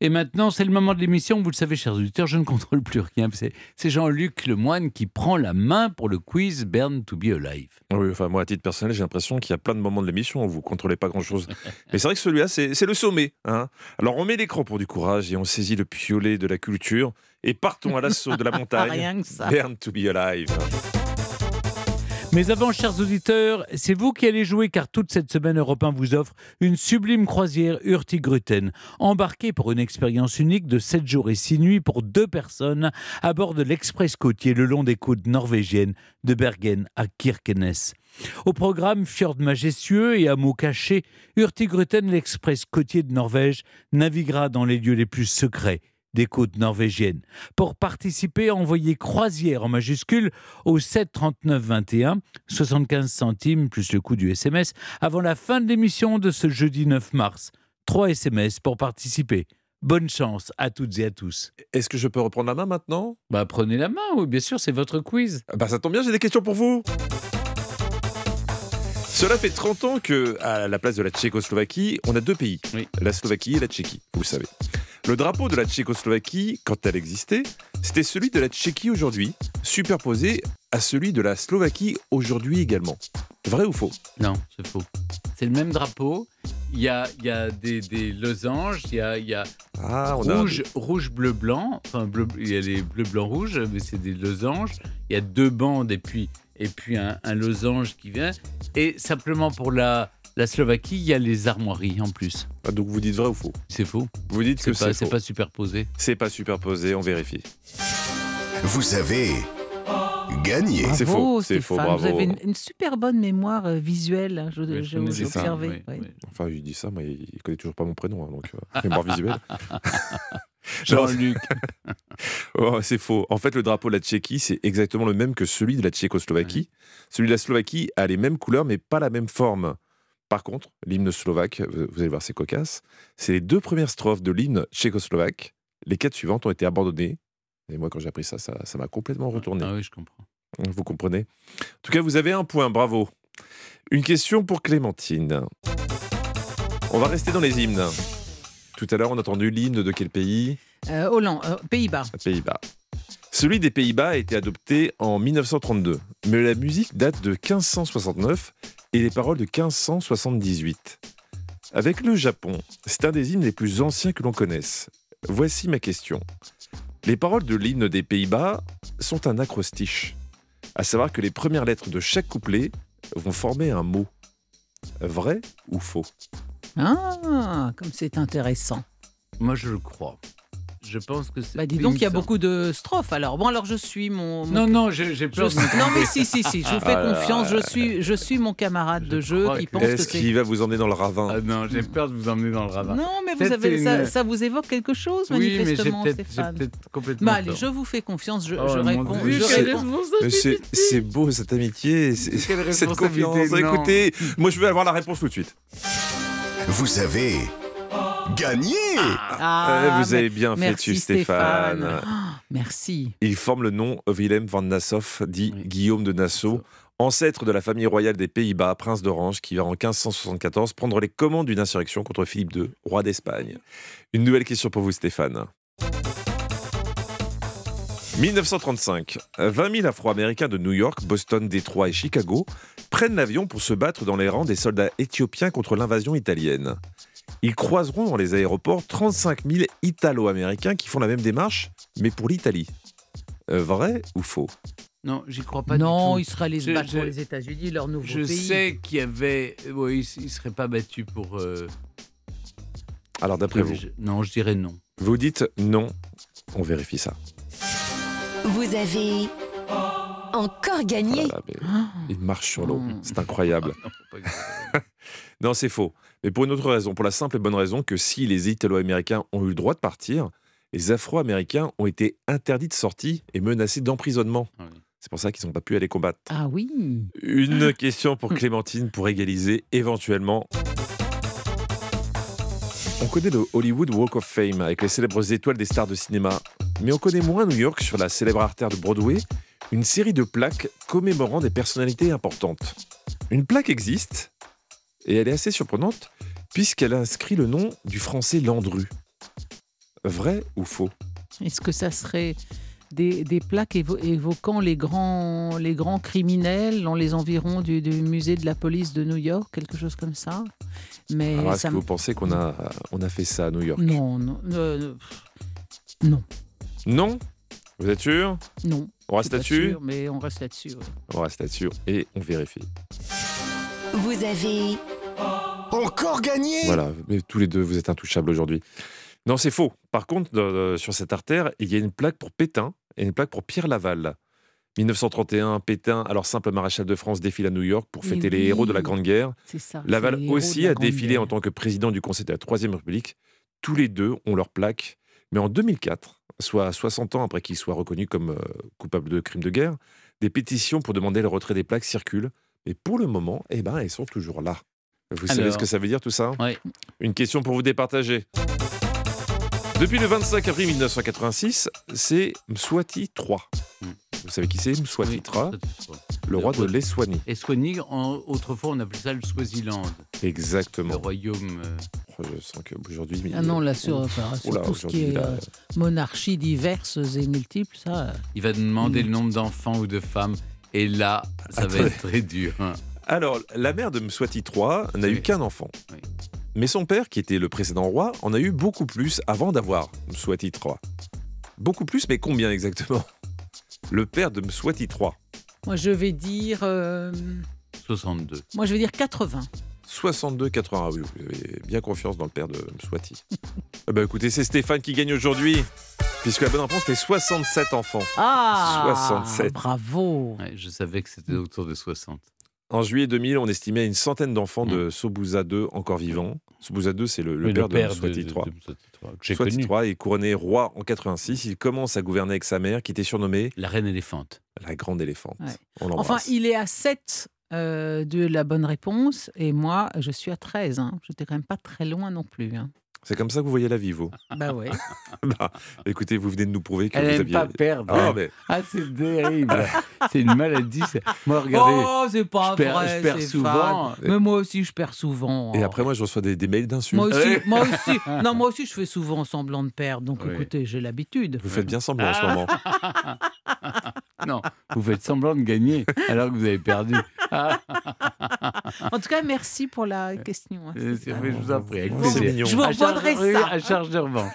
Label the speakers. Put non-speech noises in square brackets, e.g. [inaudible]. Speaker 1: Et maintenant, c'est le moment de l'émission. Vous le savez, chers auditeurs, je ne contrôle plus rien. C'est c'est Jean-Luc Lemoine qui prend la main pour le quiz Burn to be Alive.
Speaker 2: Oui, enfin, moi, à titre personnel, j'ai l'impression qu'il y a plein de moments de l'émission où vous contrôlez pas
Speaker 3: [laughs]
Speaker 2: grand-chose. Mais c'est vrai que celui-là, c'est c'est le sommet. hein. Alors, on met l'écran pour du courage et on saisit le piolet de la culture et partons à l'assaut
Speaker 3: [laughs]
Speaker 2: de la montagne.
Speaker 3: Rien que ça.
Speaker 2: Burn to be alive.
Speaker 1: Mais avant, chers auditeurs, c'est vous qui allez jouer car toute cette semaine, Europe 1 vous offre une sublime croisière Hurtigruten. Embarquez pour une expérience unique de 7 jours et 6 nuits pour deux personnes à bord de l'express côtier le long des côtes norvégiennes de Bergen à Kirkenes. Au programme Fjord majestueux et hameaux cachés, Hurtigruten, l'express côtier de Norvège, naviguera dans les lieux les plus secrets des côtes norvégiennes. Pour participer, envoyez croisière en majuscule au 7 39 21, 75 centimes plus le coût du SMS, avant la fin de l'émission de ce jeudi 9 mars. 3 SMS pour participer. Bonne chance à toutes et à tous.
Speaker 2: Est-ce que je peux reprendre la main maintenant
Speaker 1: Bah prenez la main, oui, bien sûr, c'est votre quiz.
Speaker 2: Ah Bah ça tombe bien, j'ai des questions pour vous. Cela fait 30 ans que, à la place de la Tchécoslovaquie, on a deux pays,
Speaker 1: Oui.
Speaker 2: la Slovaquie et la Tchéquie, vous savez. Le drapeau de la Tchécoslovaquie, quand elle existait, c'était celui de la Tchéquie aujourd'hui, superposé à celui de la Slovaquie aujourd'hui également. Vrai ou faux
Speaker 1: Non, c'est faux. C'est le même drapeau. Il y a, il y a des, des losanges, il y a, il y a
Speaker 2: Ah,
Speaker 1: rouge, rouge, bleu, blanc. Enfin, bleu, il y a les bleu, blanc, rouge, mais c'est des losanges. Il y a deux bandes et puis, et puis un, un losange qui vient. Et simplement pour la, la Slovaquie, il y a les armoiries en plus.
Speaker 2: Ah, donc vous dites vrai ou faux
Speaker 1: C'est faux.
Speaker 2: Vous dites que
Speaker 1: C'est pas,
Speaker 2: c'est
Speaker 1: c'est
Speaker 2: faux.
Speaker 1: pas superposé.
Speaker 2: C'est pas superposé, on vérifie.
Speaker 4: Vous avez gagné.
Speaker 2: C'est
Speaker 3: Bravo,
Speaker 2: faux, c'est faux,
Speaker 3: Stéphane, Vous
Speaker 2: bravo.
Speaker 3: avez une, une super bonne mémoire euh, visuelle, je-
Speaker 1: Oui,
Speaker 3: je-
Speaker 1: mais
Speaker 3: j'ai
Speaker 1: c'est ça,
Speaker 3: observé.
Speaker 1: oui,
Speaker 3: oui.
Speaker 1: oui.
Speaker 2: Enfin, il dit ça, mais il connaît toujours pas mon prénom, hein, donc euh,
Speaker 1: [laughs]
Speaker 2: mémoire visuelle. Non,
Speaker 1: Jean-Luc.
Speaker 2: Oh, c'est faux. En fait, le drapeau de la Tchéquie, c'est exactement le même que celui de la Tchécoslovaquie. Celui de la Slovaquie a les mêmes couleurs, mais pas la même forme. Par contre, l'hymne slovaque, vous vous allez voir, c'est cocasse. C'est les deux premières strophes de l'hymne tchécoslovaque. Les quatre suivantes ont été abandonnées. Et moi, quand j'ai appris ça, ça ça m'a complètement retourné.
Speaker 1: Ah oui, je comprends.
Speaker 2: Vous comprenez En tout cas, vous avez un point, bravo. Une question pour Clémentine. On va rester dans les hymnes. Tout à l'heure, on a entendu l'hymne de quel pays
Speaker 3: Euh, Hollande, euh, Pays-Bas.
Speaker 2: Pays-Bas. Celui des Pays-Bas a été adopté en 1932, mais la musique date de 1569 et les paroles de 1578. Avec le Japon, c'est un des hymnes les plus anciens que l'on connaisse. Voici ma question. Les paroles de l'hymne des Pays-Bas sont un acrostiche, à savoir que les premières lettres de chaque couplet vont former un mot. Vrai ou faux
Speaker 3: Ah, comme c'est intéressant.
Speaker 1: Moi, je le crois. Je pense que c'est.
Speaker 3: Bah dis donc, il y a
Speaker 1: me semble-
Speaker 3: beaucoup de strophes. Alors bon, alors je suis mon. mon-
Speaker 1: Non, non, j'ai j'ai
Speaker 3: [laughs] je-
Speaker 1: peur. de-
Speaker 3: non mais si si si, je vous fais
Speaker 2: Ah là là
Speaker 3: confiance. Je suis je suis mon camarade
Speaker 1: Je
Speaker 3: de jeu
Speaker 1: crois
Speaker 3: qui
Speaker 1: que-
Speaker 3: pense que
Speaker 2: Est-ce
Speaker 3: c'est.
Speaker 2: qu'il va vous emmener dans le ravin
Speaker 1: Ah non, j'ai peur de vous emmener dans le ravin.
Speaker 3: Non mais vous
Speaker 1: Peut-être
Speaker 3: avez
Speaker 1: une-
Speaker 3: ça, ça vous évoque quelque chose
Speaker 1: oui, mais j'ai
Speaker 3: manifestement,
Speaker 1: peut-être j'ai
Speaker 3: Stéphane.
Speaker 1: peut-être complètement.
Speaker 3: Bah allez,
Speaker 1: tort.
Speaker 3: je vous fais confiance. Je,
Speaker 1: Oh,
Speaker 3: je
Speaker 1: mon
Speaker 3: réponds.
Speaker 1: Dieu,
Speaker 3: je
Speaker 2: quelle
Speaker 3: réponds.
Speaker 2: Mais c'est c'est beau cette amitié, c'est-
Speaker 1: Quelle
Speaker 2: [laughs] cette
Speaker 1: responsabilité,
Speaker 2: confiance.
Speaker 1: non.
Speaker 2: Écoutez, moi je veux avoir la réponse tout de suite.
Speaker 4: Vous avez gagné.
Speaker 3: Ah,
Speaker 2: Euh, vous avez bien fait,
Speaker 3: merci
Speaker 2: tu, Stéphane.
Speaker 3: Stéphane. Merci.
Speaker 2: Il forme le nom Willem van Nassau, dit
Speaker 1: Oui.
Speaker 2: Guillaume de Nassau, ancêtre de la famille royale des Pays-Bas, prince d'Orange, qui va en 1574 prendre les commandes d'une insurrection contre Philippe II, roi d'Espagne. Une nouvelle question pour vous, Stéphane. 1935, 20 000 Afro-Américains de New York, Boston, Détroit et Chicago prennent l'avion pour se battre dans les rangs des soldats éthiopiens contre l'invasion italienne. Ils croiseront dans les aéroports 35 000 Italo-Américains qui font la même démarche, mais pour l'Italie. Euh, vrai ou faux
Speaker 1: Non, j'y crois pas
Speaker 3: non,
Speaker 1: du tout.
Speaker 3: Israël se
Speaker 1: Je-
Speaker 3: battre pour
Speaker 1: je-
Speaker 3: les États-Unis, leur nouveau
Speaker 1: Je
Speaker 3: pays.
Speaker 1: sais qu'il y avait. Oui, il ne serait pas battu pour. euh,
Speaker 2: Alors d'après vous,
Speaker 1: je- Non, je dirais non.
Speaker 2: vous dites non. On vérifie ça.
Speaker 5: Vous avez encore
Speaker 2: Oh là
Speaker 5: gagné.
Speaker 2: là, mais
Speaker 3: Ah,
Speaker 2: il marche sur l'eau,
Speaker 3: Mm.
Speaker 2: c'est incroyable.
Speaker 1: Ah, Non, faut pas que je-
Speaker 2: Non, c'est faux. Mais pour une autre raison, pour la simple et bonne raison que si les Italo-Américains ont eu le droit de partir, les Afro-Américains ont été interdits de sortie et menacés d'emprisonnement.
Speaker 1: Ah oui.
Speaker 2: C'est pour ça qu'ils n'ont pas pu aller combattre.
Speaker 3: ah oui.
Speaker 2: Une question pour Clémentine pour égaliser éventuellement. On connaît le Hollywood Walk of Fame avec les célèbres étoiles des stars de cinéma, mais on connaît moins New York sur la célèbre artère de Broadway, une série de plaques commémorant des personnalités importantes. Une plaque existe, et elle est assez surprenante, puisqu'elle inscrit le nom du français Landru. Vrai ou faux
Speaker 3: Est-ce que ça serait des, des plaques évo- évoquant les grands, les grands criminels dans les environs du, du musée de la police de New York, quelque chose comme ça Mais
Speaker 2: Alors, Ah, est-ce
Speaker 3: ça
Speaker 2: que
Speaker 3: me-
Speaker 2: vous pensez qu'on a, on a fait ça à New York
Speaker 3: Non, non, euh,
Speaker 2: Non Vous êtes sûr
Speaker 3: non.
Speaker 2: On reste
Speaker 3: je suis pas
Speaker 2: là-dessus
Speaker 3: sûre, Mais on reste là-dessus. ouais.
Speaker 2: On reste là-dessus et on vérifie.
Speaker 5: Vous avez
Speaker 4: Encore gagné
Speaker 2: Voilà, mais tous les deux, vous êtes intouchables aujourd'hui. Non, c'est faux. Par contre, euh, sur cette artère, il y a une plaque pour Pétain et une plaque pour Pierre Laval. 1931, Pétain, alors simple maréchal de France, défile à New York pour
Speaker 3: Mais
Speaker 2: fêter les
Speaker 3: oui.
Speaker 2: héros de la Grande Guerre.
Speaker 3: C'est ça.
Speaker 2: Laval
Speaker 3: c'est les héros de
Speaker 2: aussi
Speaker 3: la
Speaker 2: a
Speaker 3: Grande
Speaker 2: défilé
Speaker 3: Guerre.
Speaker 2: en tant que président du Conseil de la Troisième République. Tous les deux ont leur plaque. Mais en 2004, soit 60 ans après qu'il soit reconnu comme euh, coupable de crimes de guerre, des pétitions pour demander le retrait des plaques circulent. Et pour le moment, eh ben, elles sont toujours là. Vous savez
Speaker 1: Alors.
Speaker 2: ce que ça veut dire tout ça
Speaker 1: Ouais.
Speaker 2: Une question pour vous départager. Depuis le 25 avril 1986, c'est Mswati III.
Speaker 3: Hmm.
Speaker 1: Mm.
Speaker 2: Vous savez qui c'est Mswati
Speaker 1: Oui,
Speaker 2: III,
Speaker 1: ça,
Speaker 2: le roi de
Speaker 1: roi.
Speaker 2: l'Eswani.
Speaker 1: Et Swanig, en- autrefois, on appelait ça le Swaziland, le
Speaker 2: Exactement.
Speaker 1: royaume. euh,
Speaker 2: Oh, Je sens qu'aujourd'hui...
Speaker 3: Ah non, là, sur, enfin, sur
Speaker 2: Oh là,
Speaker 3: tout ce qui
Speaker 2: aujourd'hui,
Speaker 3: est
Speaker 2: là,
Speaker 3: euh, monarchie diverses et multiples, ça. euh,
Speaker 1: Il va demander
Speaker 3: Mm.
Speaker 1: le nombre d'enfants ou de femmes. Et là, ça va
Speaker 2: Attendez.
Speaker 1: être très dur. hein.
Speaker 2: Alors, la mère de Mswati III n'a
Speaker 1: Oui.
Speaker 2: eu qu'un enfant.
Speaker 1: Oui.
Speaker 2: Mais son père, qui était le précédent roi, en a eu beaucoup plus avant d'avoir Mswati III. Beaucoup plus, mais combien exactement Le père de Mswati III,
Speaker 3: Moi, je vais dire. euh,
Speaker 1: 62.
Speaker 3: moi, je vais dire 80.
Speaker 2: 62-80. Ah oui, vous avez bien confiance dans le père de
Speaker 3: [laughs]
Speaker 2: Mswati. ah bah écoutez, c'est Stéphane qui gagne aujourd'hui, puisque la bonne réponse, c'était 67 enfants.
Speaker 3: Ah
Speaker 2: 67.
Speaker 3: Bravo
Speaker 1: Ouais, je savais que c'était autour de 60.
Speaker 2: En juillet 2000, on estimait une centaine d'enfants de Sobouza II encore vivants. Sobouza II, c'est le, le
Speaker 1: Oui,
Speaker 2: père, de Mswati III.
Speaker 1: de Mswati III, que j'ai
Speaker 2: Soit
Speaker 1: connu.
Speaker 2: III est couronné roi en 86. Il commence à gouverner avec sa mère, qui était surnommée
Speaker 1: La reine éléphante.
Speaker 2: la Grande Éléphante.
Speaker 3: Ouais.
Speaker 2: On
Speaker 3: Enfin,
Speaker 2: l'embrasse.
Speaker 3: il est à 7 euh, de la bonne réponse et moi, je suis à 13. Hein. Je n'étais quand même pas très loin non plus. hein.
Speaker 2: C'est comme ça que vous voyez la vie, vous.
Speaker 3: Bah ouais.
Speaker 2: Bah, écoutez, vous venez de nous prouver que
Speaker 1: Elle
Speaker 2: vous
Speaker 1: n'aime
Speaker 2: aviez.
Speaker 1: pas perdre.
Speaker 2: Ah, mais
Speaker 1: Ah, c'est
Speaker 2: [laughs]
Speaker 1: terrible. c'est une maladie. ça. Moi, [laughs] regardez,
Speaker 3: oh, c'est pas
Speaker 1: je perds,
Speaker 3: vrai.
Speaker 1: je perds
Speaker 3: c'est fade.
Speaker 1: souvent.
Speaker 3: Mais moi aussi, je perds souvent.
Speaker 2: Et
Speaker 3: Oh.
Speaker 2: après, moi, je reçois des, des mails d'insultes.
Speaker 3: moi aussi,
Speaker 1: [laughs]
Speaker 3: moi aussi, non, moi aussi, je fais souvent semblant de perdre. Donc,
Speaker 1: Oui.
Speaker 3: écoutez, j'ai l'habitude.
Speaker 2: Vous faites bien semblant en ce
Speaker 3: Ah.
Speaker 2: moment.
Speaker 1: Non, vous faites semblant de gagner alors que vous avez
Speaker 2: [laughs]
Speaker 1: perdu. Ah,
Speaker 3: En tout cas, merci pour la question. hein.
Speaker 1: Euh, c'est- je vous en prie. avec
Speaker 2: C'est
Speaker 1: plaisir.
Speaker 2: mignon.
Speaker 3: Je vous
Speaker 1: À charge-
Speaker 3: reprendrai ça.
Speaker 1: oui, À charge de revanche.